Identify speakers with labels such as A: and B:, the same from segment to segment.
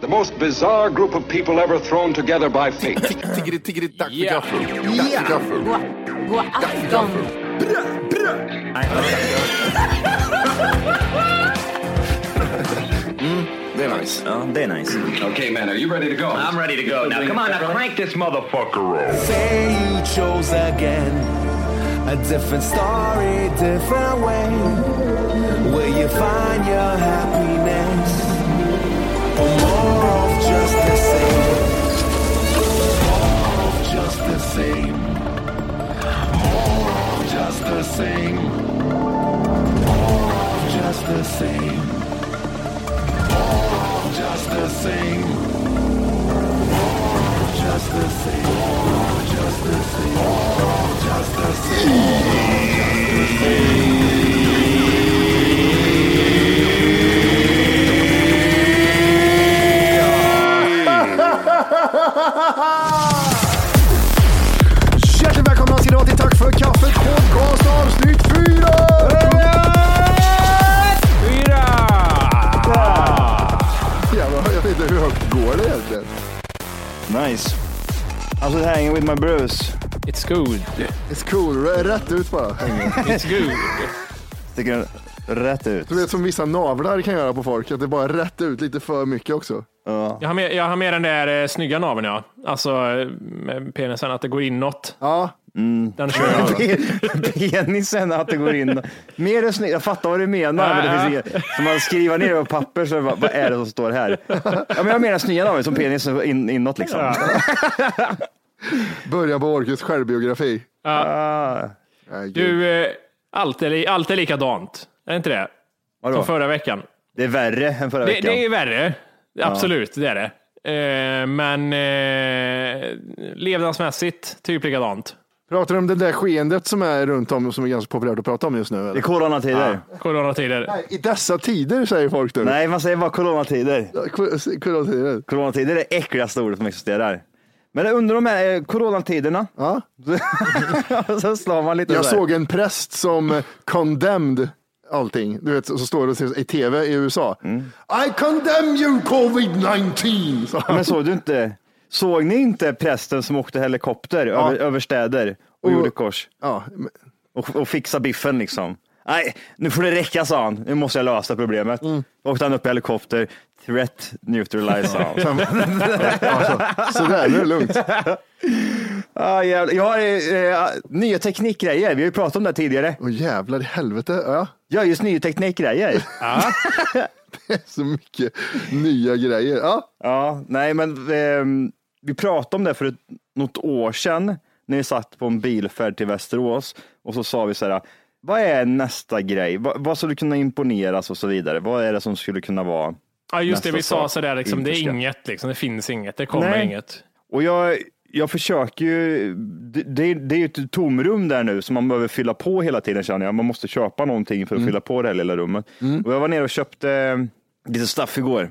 A: The most bizarre group of people ever thrown together by fate.
B: Tiggeri, tiggeri, dags för gaffel. Dags för gaffel. Dags för gaffel. Brö, brö. Mm, det är nice.
C: Ja, det är nice.
A: okay, man, are you ready to go?
C: I'm ready to go now. Come on, now crank this motherfucker up.
D: Say you chose again. A different story, different way. Will you find your happiness? Or more of just the same? More of just the same. More of just the same. More of just the same. More of just the same. More of just the same. More of just the same. More of just the same.
B: Hjärtligt välkomna ska ni vara till Tack för kaffet podcast avsnitt fyra!
E: Fyra! Ah!
B: Jävlar, jag vet inte hur högt går det egentligen?
C: Nice. Alltså, I was hanging with my bros.
F: It's good.
B: It's cool, r- rätt ut bara. hänger.
F: It's good.
C: Sticker den rätt ut.
B: Du vet som vissa navlar kan göra på folk, att det är bara rätt ut lite för mycket också.
F: Jag har med, jag har med den där eh, snygga naveln, ja. Alltså eh, med penisen, att det går inåt.
B: Ja,
C: Mm.
F: Den kör jag.
C: Penisen att det går in. Mer är snyggt. Jag fattar vad du menar. Men det finns inget. Så man skriver ner det på papper. Så bara, vad är det som står här? Ja, men jag menar snygga namn som penis in, inåt liksom.
B: början på Orkus självbiografi.
C: Ah,
B: Nej, gud.
F: Du, eh, allt är, li- allt är likadant. Är det inte det? Som
C: vadå?
F: förra veckan.
C: Det är värre än förra
F: Det,
C: veckan.
F: det är värre. Absolut, det är det. Eh, Men eh, levnadsmässigt, typ likadant.
B: Pratar du om det där skeendet som är runt om, som är ganska populärt att prata om just nu? Eller?
C: Det är coronatider.
F: Coronatider.
B: Nej, I dessa tider säger folk nu.
C: Nej, man säger bara coronatider.
B: Ku- Coronatider.
C: Coronatider är det äckligaste ordet som existerar. Men jag undrar om de här eh, coronatiderna.
B: Ja.
C: så slår man lite
B: Jag
C: så här.
B: såg en präst som eh, condemned allting. Du vet, så så står det i tv i USA.
C: Mm.
B: I condemn you covid-19! sa han.
C: Men såg du inte? Såg ni inte prästen som åkte helikopter över, över städer och gjorde kors?
B: Ja, men-
C: Och, och fixa biffen liksom. Nej, nu får det räcka sa han. Nu måste jag lösa problemet.
B: Mm.
C: Då åkte han upp i helikopter. Threat neutralize sa han.
B: så där, nu är det lugnt.
C: ah, jävlar. Jag har eh, nya teknikgrejer. Vi har ju pratat om det här tidigare.
B: Åh jävlar i helvete. Ja,
C: Jag har just nya teknikgrejer.
B: så mycket nya grejer. Ja,
C: Ja, nej men ehm, vi pratade om det för ett, något år sedan när vi satt på en bilfärd till Västerås och så sa vi så här, vad är nästa grej? Vad, vad skulle kunna imponeras och så vidare? Vad är det som skulle kunna vara?
F: Ja, just det,
C: Nästa
F: vi sa
C: sak.
F: sådär, liksom, det är
C: Införskatt.
F: inget, liksom, det finns inget, det kommer
C: Nej.
F: inget.
C: Och jag, jag försöker ju, det, det, det är ju ett tomrum där nu som man behöver fylla på hela tiden känner jag. Man måste köpa någonting för att fylla på det här lilla rummet. Och jag var nere och köpte eh, lite stuff igår.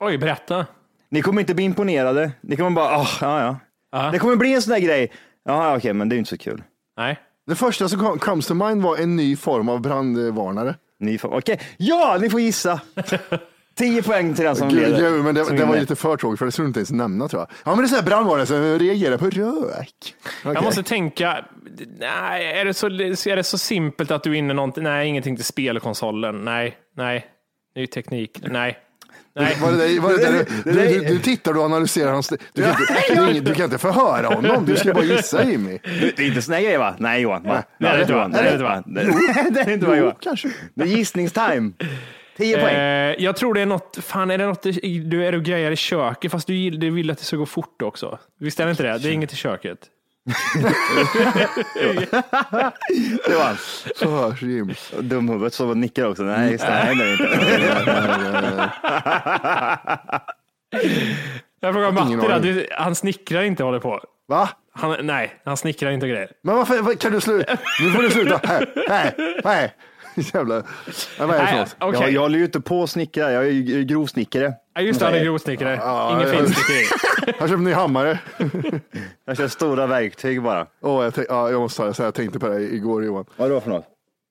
F: Oj, berätta.
C: Ni kommer inte bli imponerade. Ni kommer bara, ah, ja, ja. Det kommer bli en sån där grej. Ja, okej, men det är ju inte så kul.
F: Nej.
B: det första som kom- comes to mind var en ny form av brandvarnare.
C: Ni får, okej, ja, ni får gissa. 10 poäng till den som
B: Gud,
C: leder.
B: jo, men det,
C: Som
B: det var
C: vinner.
B: lite för tråkigt för det skulle du inte ens nämna tror jag. Ja, men det är så här brandvarnare som reagerar på rök.
F: Jag
B: Okej.
F: måste tänka, nej, är, det så, är det så simpelt att du är inne någonting? Nej, ingenting till spelkonsolen. Nej, nej. Ny teknik. Nej. Nej.
B: Var det där, var det där, du,
C: där-
B: du, du tittar och analyserar hans... Du kan, inte, du, är ingen- du kan inte förhöra honom, du ska bara gissa Jimmy.
C: Det är inte såna grejer va? Nej Johan. Va?
F: det är det inte, va? Det är det inte, va?
C: Det är det inte va
B: Jo,
C: Johan?
B: kanske.
C: Det är gissningstime. 10 poäng.
F: Eh, jag tror det är något, fan är det något i- du, är du grejer i köket fast du, gill- du vill att det ska gå fort också? Visst är det inte det? Det är inget i köket.
C: Det var han.
B: Förhörs Jimmy.
C: Dumhuvudet som nickar också. Nej, just det. Nej, det är det inte.
F: Jag frågar Matti,
B: Ingen
F: då,
B: aning.
F: du, han snickrar inte håller på.
B: Va?
F: Han, nej, han snickrar inte grejer.
B: Men varför, vad- kan du sluta? Nu får du sluta. Nej, nej, nej. Jävlar. Nej, vad är det för
F: Nej,
B: något?
F: okej.
C: Jag, jag håller ju inte på snickare. Jag är ju grov snickare.
F: Ja, Just det, han är grovsnickare. Ingen
B: ja.
F: finsnickeri.
B: Här köper ni hammare.
C: Jag kör stora verktyg bara.
B: Åh, jag, tänk, ja, jag måste ta det, så här, jag tänkte på det igår Johan.
C: Vad är det för något?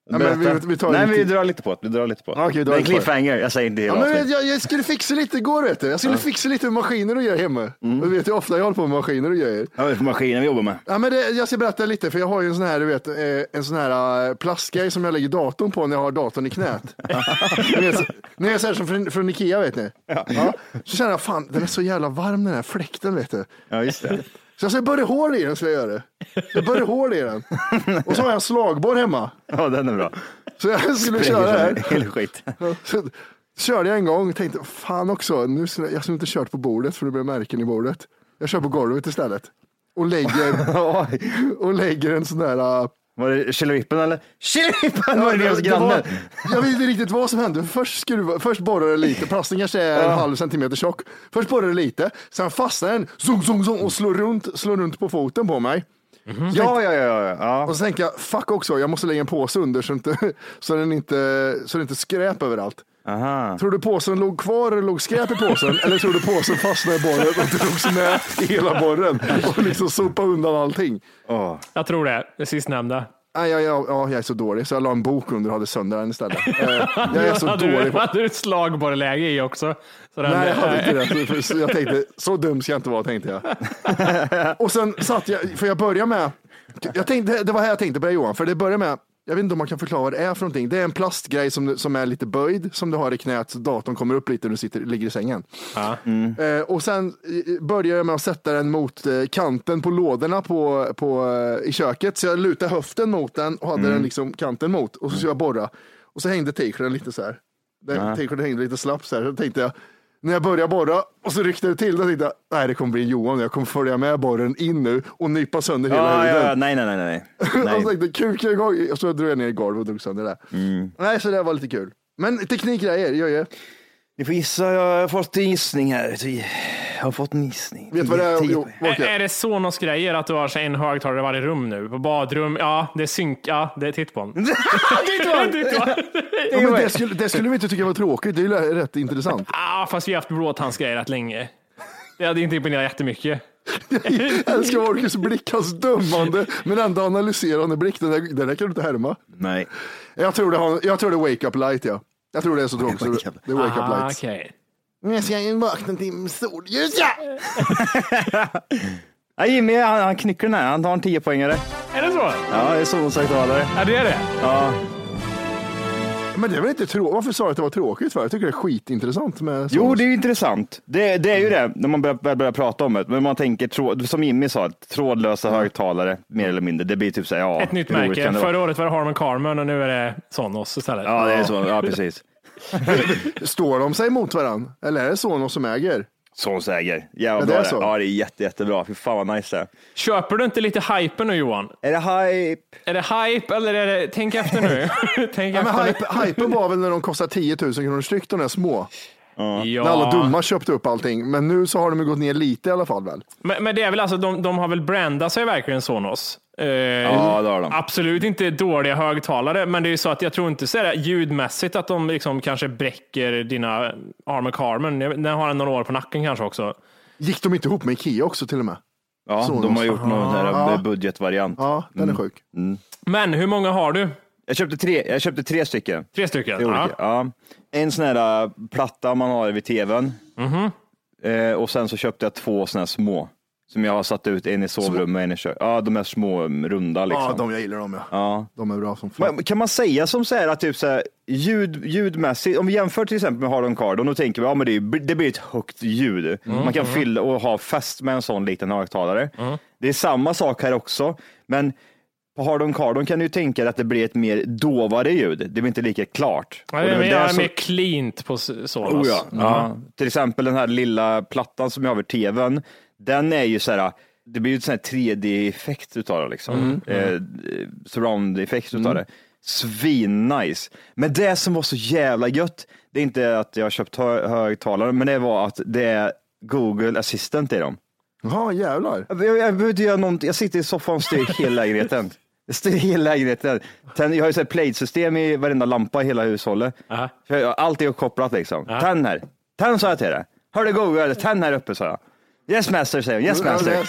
B: Ja, men vi-
C: Berätta.
B: vi tar
C: Nej,
B: lite-
C: vi drar lite på det. Vi drar lite på det.
B: Okej, vi drar
C: det är en
B: lite på det.
C: cliffhanger. Jag säger inte hela
B: Ja, men
C: avsnittet.
B: jag, jag skulle fixa lite igår vet du. Jag skulle fixa lite med maskiner och grejer hemma. Du vet hur ofta jag håller på med maskiner och grejer.
C: Ja, det är för maskinen vi jobbar med.
B: Ja, men det, jag ska berätta lite, för jag har ju en sån här, du vet, eh, en sån här eh, plastgrej som jag lägger datorn på när jag har datorn i knät. ni vet, ni vet, så här som från, från Ikea vet ni. Ja. Så känner jag, fan den är så jävla varm den här fläkten vet du.
C: Ja, just det.
B: Så jag ska börja hål i den, ska jag göra. Jag börjar hål i den. Och så har jag en slagborr hemma.
C: Ja, den är bra.
B: Så jag skulle köra det här.
C: Hela skit.
B: Så körde jag en gång och tänkte, fan också, nu skulle jag, jag skulle inte kört på bordet för det blev märken i bordet. Jag kör på golvet istället. Och lägger,
C: Oj.
B: och lägger en sån där... äh,
C: Var det Killevippen eller? Killevippen var det hos
B: det var,
C: grannen.
B: jag vet inte riktigt vad som hände. Först, skruva, först borrade det lite, plasten kanske är en halv centimeter tjock. Först borrade det lite, sen fastnade den zung, zung, zung, och slår runt, slår runt på foten på mig.
C: Ja, ja, ja, ja, ja.
B: Och så tänkte jag, fuck också, jag måste lägga en påse under så, inte, så, den, inte, så den inte skräp överallt.
C: Aha.
B: Tror du påsen låg kvar eller låg skräp i påsen? eller tror du påsen fastnade i borren och drogs med i hela borren och liksom sopade undan allting?
C: Åh.
F: Jag tror det, det sistnämnda.
B: Nej, jag, jag, ja, jag är så dålig så jag la en bok under och hade sönder den istället. Eh, Jag är så
F: Hade du,
B: dålig på...
F: hade du ett slagborrläge i också? Så den- eh,
B: Nej, jag hade inte det. För- för- Jag tänkte, så dum ska jag inte vara, tänkte jag. Och sen satt jag, för jag börjar med, jag tänkte, det var här jag tänkte på det Johan, för det börjar med, jag vet inte om man kan förklara vad det är för någonting. Det är en plastgrej som, som är lite böjd, som du har i knät, så datorn kommer upp lite när du sitter, ligger i sängen. Eh, och sen eh, börjar jag med att sätta den mot eh, kanten på lådorna på, på, eh, i köket. Så jag lutade höften mot den och hade
C: Mm.
B: den liksom kanten mot. Och så skulle jag borra. Och så hängde t-shirten lite så här. Den t-shirten hängde lite slapp så här. Så tänkte jag, när jag började borra och så ryckte det till. Då tänkte jag, nej det kommer bli Johan. Jag kommer följa med borren in nu och nypa sönder hela
C: Ja, ja,
B: huden.
C: ja. Nej, nej, nej, nej.
B: Och så
C: nej.
B: tänkte jag, kuka igång. Och så drog jag ner i golvet och drog sönder det.
C: Mm.
B: Nej, så det var lite kul. Men teknikgrejer, gör jag.
C: Ni får gissa. Jag har fått en gissning här. Jag har fått en gissning.
B: Vet du vad det är?
C: Tio
B: Jo,
C: poäng.
F: Ä-
B: Wolke.
F: Är det Sonos grejer att du har så en högtalare i varje rum nu? På badrum? Ja, det är synk. Ja, det är tittbon. Tittbon!
B: Ja, men det, skulle, det skulle vi inte tycka var tråkigt. Det är ju rätt intressant.
F: ah, fast vi har haft blåtandsgrejer rätt länge. Det hade inte imponerat jättemycket.
B: Jag älskar Marcus blick, hans dömande men ändå analyserande blick. Den där, den där kan du inte härma.
C: Nej.
B: Jag tror det, har, jag tror det är wake up light ja. Jag tror det är så tråkigt. så det- Det är wake up
F: Ah,
B: light.
F: okej.
B: Men Jag ska ju vakna till solljus ja!
C: Ja, Jimmy, han, han knycker den här. Han tar en 10 poängare.
F: Är det så?
C: Ja, det är solhögtalare.
F: Ja, det är det.
B: Men det är väl inte tråkigt? Varför sa du att det var tråkigt för? Jag tycker det är skitintressant med
C: Jo, det är ju intressant. Det, det är ju det, när man börjar, väl börjar prata om det. Men man tänker, tråd, som Jimmy sa, trådlösa högtalare, mer eller mindre. Det blir typ så här, ja.
F: Ett nytt
C: hur roligt
F: märke.
C: kan det vara?
F: Förra året var det Harman Kardon och nu är det Sonos istället.
C: Ja, det är så. Ja, precis.
B: Står de sig mot varandra? Eller är det Sonos som äger?
C: Sån säger.
B: Ja,
C: Jävla bra
B: det är
C: det.
B: så.
C: Ja, det är jätte, jättebra. Fy fan vad nice det
F: Köper du inte lite hype nu Johan?
C: är. Är det hype?
F: Är det hype eller är det... Tänk efter nu. Tänk
B: Ja,
F: efter
B: men
F: nu.
B: hype, hypen var väl när de kostade 10 000 kronor styck de där små.
F: Ja.
B: När alla dumma köpte upp allting. Men nu så har de ju gått ner lite i alla fall väl?
F: Men, men det är väl alltså, de, de har väl brandat sig verkligen Sonos? Eh,
C: Ja, det har de.
F: Absolut inte dåliga högtalare, men det är ju så att jag tror inte så här, ljudmässigt att de liksom kanske bräcker dina Arm Carmen. Den har han några år på nacken kanske också.
B: Gick de inte ihop med Ikea också till och med?
C: Ja,
B: Sonos.
C: de har gjort någon sån här budgetvariant.
B: Mm. Ja, den är sjuk.
F: Men hur många har du?
C: Jag köpte tre, jag köpte tre stycken.
F: Tre stycken?
C: Tre olika.
F: Ja.
C: Ja. En sån här äh, platta man har vid tvn. Eh, och sen så köpte jag två såna här små. Som jag har satt ut en i sovrummet och en i köket. Ja, de här små um, runda liksom.
B: Ja, de jag gillar dem ja.
C: Ja.
B: De är bra som fan.
C: Men Kan man säga som så här att typ så här, ljud, ljudmässigt, om vi jämför till exempel med Harlon Kardon, då tänker vi ja, men det, är- det blir ett högt ljud. Man kan fylla och ha fest med en sån liten högtalare. Det är samma sak här också, men på Hardon Cardon kan du ju tänka dig att det blir ett mer dovare ljud. Det blir inte lika klart.
F: Ja,
C: Och
F: det,
C: det
F: är
C: var där
F: mer-
C: som-
F: mer cleant på s-
C: Oh
F: Sonos.
C: ja. ja. Till exempel den här lilla plattan som jag har över tvn. Den är ju så här, det blir ju en sån här 3D-effekt utav det liksom. Eh, Surround-effekt utav det. Svin-nice. Men det som var så jävla gött, det är inte att jag har köpt hö- högtalare, men det var att det är Google Assistant i dem.
B: Jaha, jävlar.
C: Jag, jag, jag behöver inte göra någonting. Jag sitter i soffan och styr hela lägenheten. Jag styr hela lägenheten. Tänd, jag har ju så här plate-system i varenda lampa i hela hushållet.
F: Ja.
C: Så jag- Allt är uppkopplat liksom. Tänd här. Tänd sa jag till dig. Hör du Google? Tänd här uppe sa jag. Yes master säger hon. Yes master.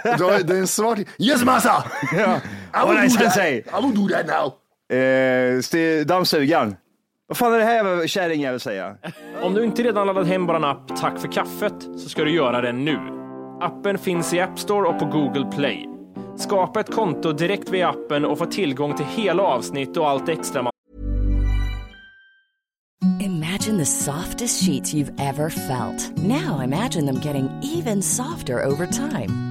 B: Du har- Det är en svart... Yes massa!
C: Ja. All right sensei.
B: I will do that now.
C: Eh, styr dammsugaren. Vad fan är det här jävla kärringjävel säger jag.
F: Om du inte redan laddat hem bara en app Tack för kaffet så ska du göra det nu. Appen finns i App Store och på Google Play. Skapa ett konto direkt via appen och få tillgång till hela avsnitt och allt extra
G: Imagine the softest sheets you've ever felt. Now imagine them getting even softer over time.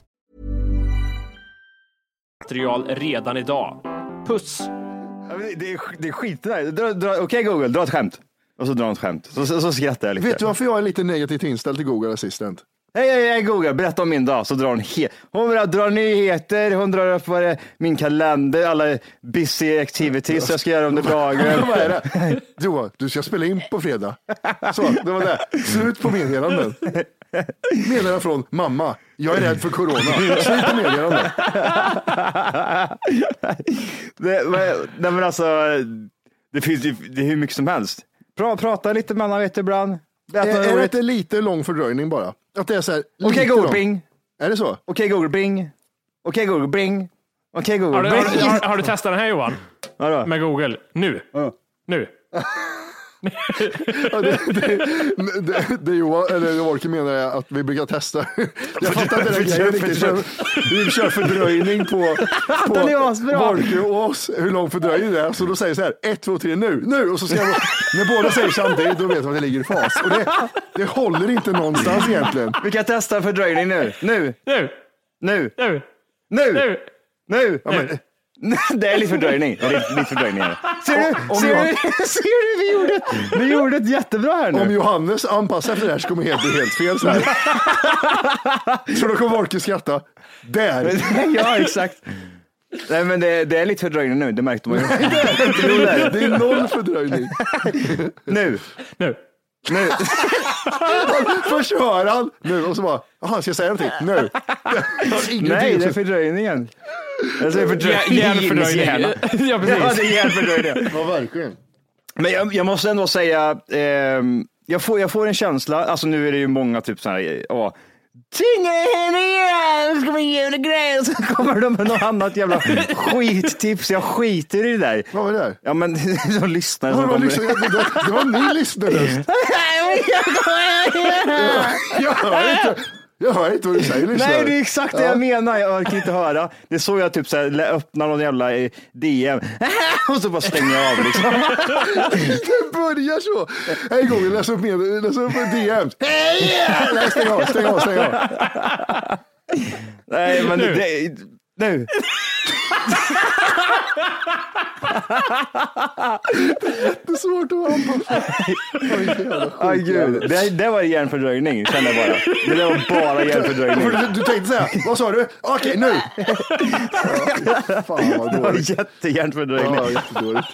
F: material redan idag. Puss!
C: Ja, men Det är, det är skit där. Dra- dra- Okej Google, dra ett skämt. Och så drar han ett skämt. Så, så, så skrattar jag lite.
B: Vet du varför jag är lite negativt inställd till Google Assistant?
C: Hej, hej, hej Google, berätta om min dag. Så drar hon, he- hon drar- drar nyheter, hon drar upp vad det, min kalender, alla busy activities jag ska göra under dagen.
B: Vad är det? Jo, du ska spela in på fredag. Så, det var det. Slut på meddelanden. Meddelanden från mamma. Jag är rädd för corona. Slut på meddelanden.
C: det, vad- nej, men alltså, det finns ju det är hur mycket som helst. Pra, prata lite med varandra vet du, ibland. Eh, Berätta
B: Är, är det
C: roligt.
B: inte lite lång fördröjning bara? Att det är så här.
C: Okej
B: lite
C: Google,
B: lång.
C: bing.
B: Är det så?
C: Okej Google, bing. Okej Google, bing. Okej
F: Har du,
C: Google,
F: har, du-
C: bing.
F: har, har du testat den här Johan?
C: Vadå?
F: Med Google? Nu! Nu!
B: Ja, det, det, det, det Johan, eller det Volker menar är att vi brukar testa. Jag fattar inte den grejen riktigt. Vi kör fördröjning på, på
C: Den är asbra.
B: Volker och oss, hur lång fördröjning det är. Så då säger vi så här, ett, två, tre, nu, nu. Och så ska jag, när båda säger samtidigt, då vet man att det ligger i fas. Och det, det håller inte någonstans egentligen.
C: Vi kan testa fördröjning nu. Nu,
F: Nu!
C: nu,
F: Nu!
C: nu.
F: Nu!
C: Nu! det är lite fördröjning. Det är lite fördröjning här. Ser du?
B: Om
C: Ser
B: jag-
C: du? Ser du? Vi gjorde, ett- vi gjorde ett jättebra här
B: Om
C: nu.
B: Johannes anpassar efter det här så kommer det helt bli helt fel. Så, här. så då kommer Volker skratta. Där!
C: ja, exakt. Nej, men det, det är lite fördröjning nu. Det märkte man ju.
B: Det är noll fördröjning.
C: nu.
F: Nu!
C: Nu.
B: Först hör han nu och så bara, jaha, ska jag säga någonting? Nu.
C: Nej, det är fördröjningen. Jag säger fördröjning.
F: Hjärnfördröjning. Ja,
C: Ja, det
F: precis.
C: är hjärnfördröjning.
B: Ja, verkligen.
C: Men jag, jag måste ändå säga, ehm, jag, får, jag får en känsla, alltså nu är det ju många typ sådana här, ja, Tvinga henne igen, ska vi göra grejer? Så kommer de med något annat jävla skittips. Jag skiter i det där.
B: Vad var det där?
C: Ja men de lyssnar
B: Ja,
C: som
B: Det var,
C: kommer.
B: liksom, det, det- det var min lyssnarröst. Jag hör inte, jag hör inte vad du säger lyssnare.
C: Nej, det är exakt det jag menar. Jag orkar inte höra. Det är så jag typ så här, lä- öppnar någon jävla eh, DM och så bara stänger jag av liksom.
B: Det börjar så. En gång, läs upp, med, läs upp en DM. Hej! Nej, stäng av, stäng av, stäng av.
C: Nej, men
F: Nu.
C: det, Nu!
B: Det är svårt att vara anpassad. Oj, jävla sjuk
C: Aj
B: jävel.
C: gud, det, det var hjärnfördröjning kände jag bara. Det där var bara
B: För
C: hjärnfördröjning.
B: du, du tänkte säga, vad sa du? Okej, nu! Ja, Fan vad
C: Det var
B: dåligt.
C: jättehjärnfördröjning.
B: Ja, jättedåligt.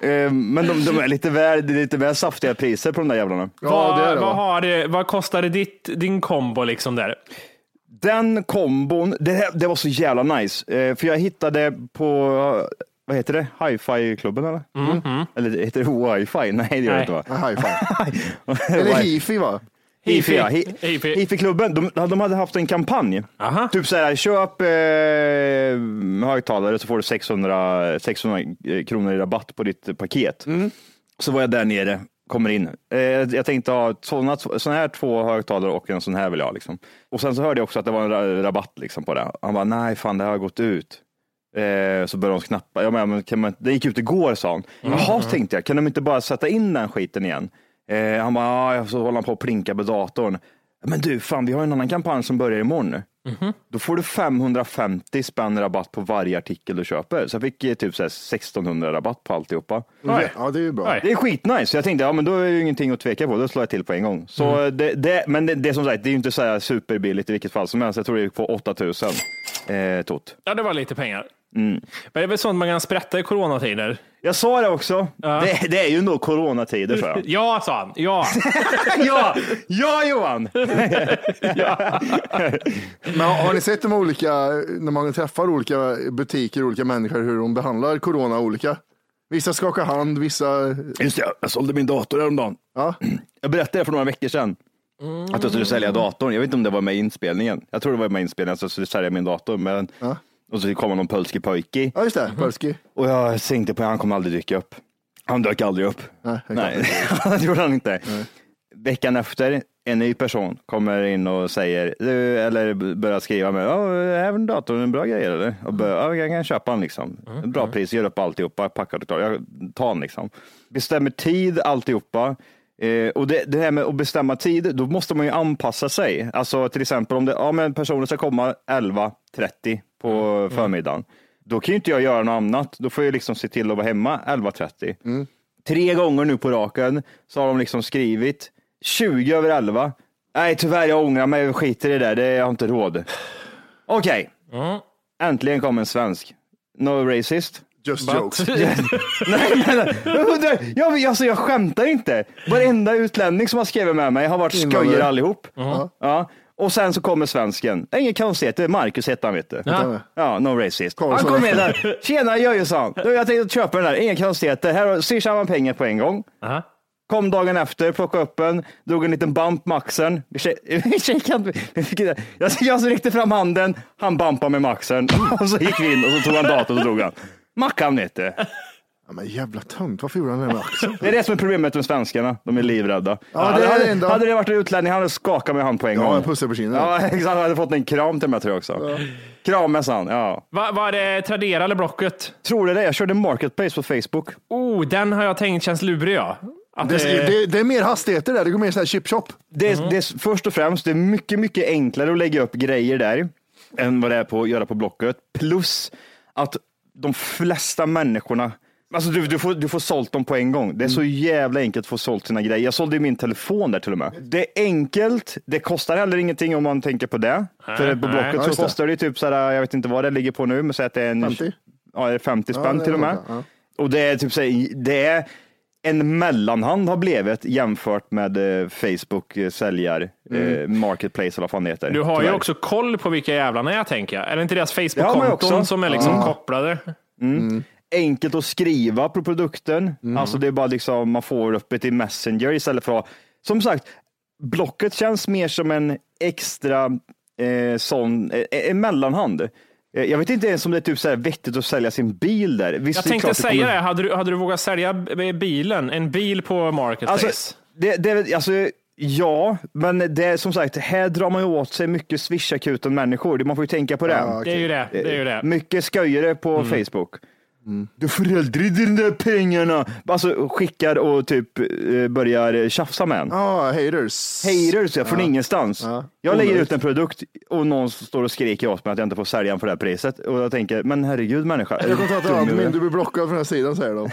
C: Eh, Men de, de är lite väl, det är lite väl saftiga priser på de där jävlarna.
B: Ja, det är det.
F: vad,
B: va?
F: har det, vad kostade ditt, din kombo liksom där?
C: Den kombon, det, här- det var så jävla nice. Eh, För jag hittade på, eh, vad heter det? Hi-Fi-klubben eller? Eller heter det Wi-Fi? Nej, det gör det
F: Nej.
C: inte va?
B: Ah, High five. Eller hifi va?
C: Hifi, ja.
F: Hifi.
C: Hi-
F: Hifi.
C: Hifi-klubben, de, de hade haft en kampanj.
F: Aha.
C: Typ så här, köp eh, högtalare så får du 600, 600 kronor i rabatt på ditt paket.
F: Mm.
C: Så var jag där nere, kommer in. Eh, jag tänkte ha sådana, sådana här två högtalare och en sån här vill jag. ha, Liksom. Och sen så hörde jag också att det var en ra- rabatt liksom, på det. Han bara, nej fan det här har gått ut. Eh, så började de knappa. Ja, men, kan man, det gick ut igår sa han. Jaha, tänkte jag, kan de inte bara sätta in den skiten igen? Eh, han bara, "Ja, ja", så håller han på och plinka på datorn. Men du, fan vi har en annan kampanj som börjar imorgon. Då får du 550 spänn rabatt på varje artikel du köper. Så jag fick eh, typ så här 1600 rabatt på alltihopa.
F: Nej.
B: Ja, det är ju bra.
F: Nej.
C: Det är skitnice. Så Jag tänkte, ja men då är det ju ingenting att tveka på. Då slår jag till på en gång. Så det, det, men det, det är som sagt, det är ju inte så här superbilligt i vilket fall som helst. Jag tror det gick på 8000 eh, tot.
F: Ja, det var lite pengar.
C: Mm.
F: Men det är väl sånt man kan sprätta i coronatider?
C: Jag sa det också. Det, det är ju nog coronatider sa jag.
F: Ja, sa han. Ja.
C: ja, ja Johan!
B: Men har, har ni sett de olika, när man träffar olika butiker, olika människor, hur de behandlar corona olika? Vissa skakar hand, vissa...
C: Just det, jag- jag sålde min dator häromdagen.
B: Ja.
C: Jag berättade för några veckor sedan att jag skulle sälja datorn. Jag vet inte om det var med i inspelningen. Jag tror det var med i inspelningen, så jag skulle sälja min dator. Men... Och så kom någon polski pojki
B: Ja, just det, Polski.
C: och jag tänkte på han kommer aldrig dyka upp. Han dök aldrig upp.
B: Nej, det är
C: Nej, det gjorde han inte. Veckan efter, en ny person kommer in och säger, "Du," eller börjar skriva med, ja, är väl datorn en bra grej eller? Och börjar, ja, jag kan köpa den liksom. Bra pris, gör upp alltihopa, packar och tar, jag tar den liksom. Bestämmer tid, alltihopa. Eh, och det, det här med att bestämma tid, då måste man ju anpassa sig. Alltså till exempel om det, ja, men personen ska komma 11.30 på förmiddagen. Då kan ju inte jag göra något annat. Då får jag liksom se till att vara hemma 11.30 tre gånger nu på raken så har de liksom skrivit 20 över 11. Nej, tyvärr, jag ångrar mig. Jag skiter i det där. Det, jag har inte råd. Okej, äntligen kom en svensk. No racist.
B: Just jokes.
F: typ.
C: Nej, men, jag, undrar, jag, alltså, jag skämtar inte. Varenda utlänning som har skrivit med mig har varit
B: Invandrare.
C: skojer allihop. Ja. Och sen så kommer svensken. Ingen konstigheter. Marcus hette han, vet du.
F: Ja.
C: Ja, no racist.
B: Kom,
C: han
B: så-
C: kom med där. Tjena Jöje, sa han. Du, Jag tänkte köpa den där. Inga konstigheter. Här swishar man pengar på en gång.
F: Aha.
C: Kom dagen efter, plockade upp en, drog en liten bump med axeln. Vi shak- vi shakade- vi fick det. Jag, jag räckte fram handen, han bumpade med axeln och så gick vi in och så tog han datorn och drog han. Mackan vet du.
B: Ja, men jävla tönt, varför gjorde han det med axeln?
C: Det är det som är problemet med svenskarna, de är livrädda.
B: det är
C: hade,
B: det
C: hade,
B: ändå.
C: hade det varit en utlänning hade han skakat med hand på en
B: Ja,
C: gång.
B: en pussar på kinden.
C: Ja, exakt. Han hade fått en kram till mig tror jag också. Kram sa han, ja.
F: Va, var det Tradera eller Blocket?
C: Tror du det? Jag körde marketplace på Facebook.
F: Oh, den har jag tänkt känns lurig ja. Att,
B: Det, Mm.
F: eh,
B: det, det är mer hastigheter där, det går mer så här chip shop.
C: Det
B: Mhm.
C: är, det är först och främst, det är mycket, mycket enklare att lägga upp grejer där än vad det är på att göra på Blocket. Plus att de flesta människorna, alltså du, du, får, du får sålt dem på en gång. Det är så
B: Mm.
C: jävla enkelt att få sålt sina grejer. Jag sålde ju min telefon där till och med. Det är enkelt, det kostar heller ingenting om man tänker på det. För på Blocket
B: Ja,
C: så
B: just det.
C: kostar det ju typ såhär, jag vet inte vad det ligger på nu, men säg att det är en,
B: 50?
C: Ja, 50
B: Ja,
C: spänn
B: det
C: till och
B: är
C: med.
B: sant, ja.
C: Och det är typ så här, det är en mellanhand har blivit jämfört med eh, Facebook eh, säljar eh,
B: Mm.
C: marketplace eller vad fan det heter.
F: du har ju
C: Tyvärr.
F: också koll på vilka jävlarna är tänker jag. Är det inte deras
C: jag också.
F: Facebook-konton som är liksom
C: Ja.
F: kopplade?
C: enkelt att skriva på produkten.
B: Mm.
C: Alltså det är bara liksom man får upp det i Messenger istället för att som sagt, blocket känns mer som en extra eh, sån eh, en mellanhand. Eh, Jag vet inte ens om det är typ så här vettigt att sälja sin bil där. Visst,
F: Jag
C: det är
F: tänkte
C: klart
F: säga
C: kommer-
F: det, hade du, hade du vågat sälja b- bilen, en bil på Marketplace?
C: Alltså, det, det, alltså, ja, men det är som sagt, här drar man ju åt sig mycket swish-akuten människor. Man får ju tänka på det.
B: Ja,
F: det är ju det. det, är ju det.
C: Mycket sköjare på Facebook. Du föräldrar den där pengarna. Alltså skickar och typ eh, börjar tjafsa med en.
B: Ja, haters.
C: Haters ja, från
B: Ja.
C: ingenstans.
B: Ja.
C: Jag lägger
B: Onödigt.
C: ut en produkt och någon står och skriker åt mig att jag inte får sälja den för det här priset. Och jag tänker, men herregud människa.
B: Jag
C: är du dum i
B: kontaktar admin,
C: huvudet?
B: du blir blockad från den här sidan säger de.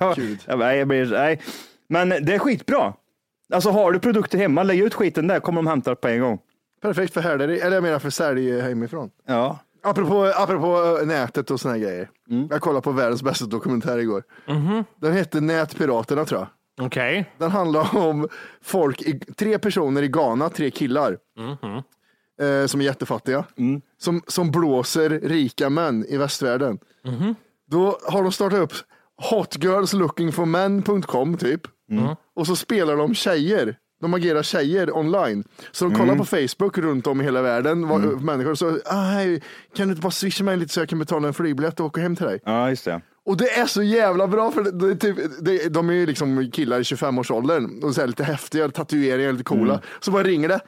C: Ja,
B: Gud.
C: ja, nej, jag blir, nej. Men det är skitbra. Alltså har du produkter hemma, lägg ut skiten där kommer de hämta det på en gång.
B: Perfekt för härderi, eller jag menar för sälj hemifrån.
C: Ja.
B: Apropå, apropå eh, nätet och såna här grejer. Jag kollade på världens bästa dokumentär igår. Den hette Nätpiraterna tror jag.
F: Okej.
B: Den handlar om folk, i, tre personer i Ghana, tre killar. Eh, som är jättefattiga. Som, som blåser rika män i västvärlden. Då har de startat upp hotgirlslookingformen.com typ. Och så spelar de tjejer. De agerar tjejer online. Så de kollar på Facebook runt om i hela världen. Var, Människor så, "Ah, hej, kan du inte bara swisha mig lite så jag kan betala en flygbiljett och åka hem till dig?
C: Ja, just det.
B: Och det är så jävla bra för det, det, är typ, det, de är ju liksom killar i 25-årsåldern och så här lite häftiga, tatueringar, lite coola.
C: Mm.
B: Så bara ringer det.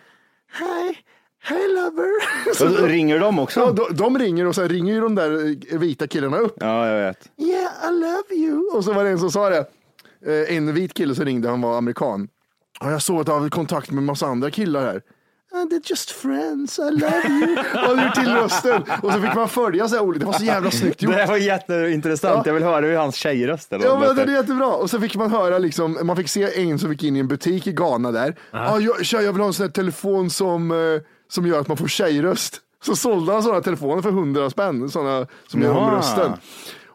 B: Hej, hej lover.
C: Och så ringer de också?
B: Ja, de, de ringer och sen ringer ju de där eh, vita killarna upp.
C: Ja, jag vet.
B: Yeah, I love you. Och så var det en som sa det. Eh, En vit kille som ringde, han var amerikan. Ja, jag såg att han hade kontakt med en massa andra killar här. "Ah, They're just friends, I love you. Och han gjorde till rösten. Och så fick man följa så här olika, det var så jävla snyggt
C: Det
B: gjort.
C: här var jätteintressant.
B: Ja.
C: Jag vill höra hur hans tjejröst är.
B: Ja, men det är jättebra. Och så fick man höra, liksom, man fick se en som gick in i en butik i Ghana där. Ah, jag, tja, jag vill ha en sån här telefon som, eh, som gör att man får tjejröst. Så sålde han sådana telefoner för 100 spänn, sådana som gör om
C: Jaha.
B: rösten.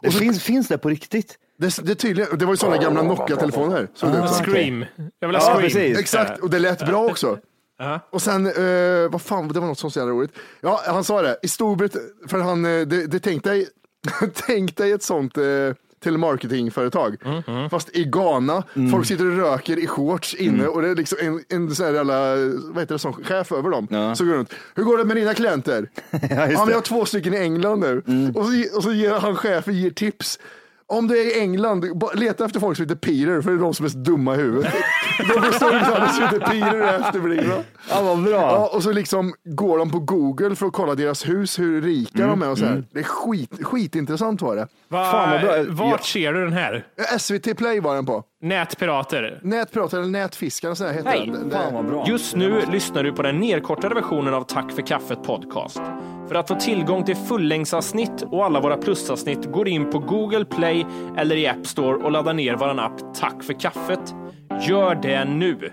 C: Det finns, finns det på riktigt?
B: Det, det, tydligen, det var ju sådana gamla Nokia-telefoner. såg det ut
C: Ah,
B: som.
F: Scream. Jag vill ha
C: Ja,
F: Scream.
C: precis.
B: Exakt, och det lät bra också. Och sen, eh, vad fan, det var något som var så jävla roligt. Ja, han sa det, i Storbritannien, för han, eh, det, det tänk dig, tänk dig ett sånt eh, telemarketingföretag. Fast i Ghana,
C: Mm.
B: folk sitter och röker i shorts inne och det är liksom en, en sån här jävla, vad heter det, som chef över dem.
C: Ja.
B: Så går runt, hur går det med dina klienter?
C: Ja, just
B: Ja, men
C: det. Mm.
B: jag har två stycken i England nu. Och, så, och så ger han chefen ger tips. Om du är i England, ba- leta efter folk som heter Peter, för det är de som är så dumma i huvudet. de förstår inte alla som heter Peter och är efterblivna.
C: Ja, vad bra.
B: Ja, och så liksom går de på Google för att kolla deras hus, hur rika de är och så här. Det är skit, skitintressant var det.
F: Va,
C: Mm, Fan, vad bra.
F: Vart
C: Ja.
F: ser du den här?
B: SVT Play var den på.
F: Nätpirater.
B: Nätpratare eller Nätfiskarna så här heter
F: Nej,
B: den.
C: Fan vad bra.
F: Just nu lyssnar du på den nedkortade versionen av Tack för kaffet podcast. För att få tillgång till fullängdsavsnitt och alla våra plusavsnitt går in på Google Play eller i App Store och laddar ner vår app Tack för kaffet. Gör det nu!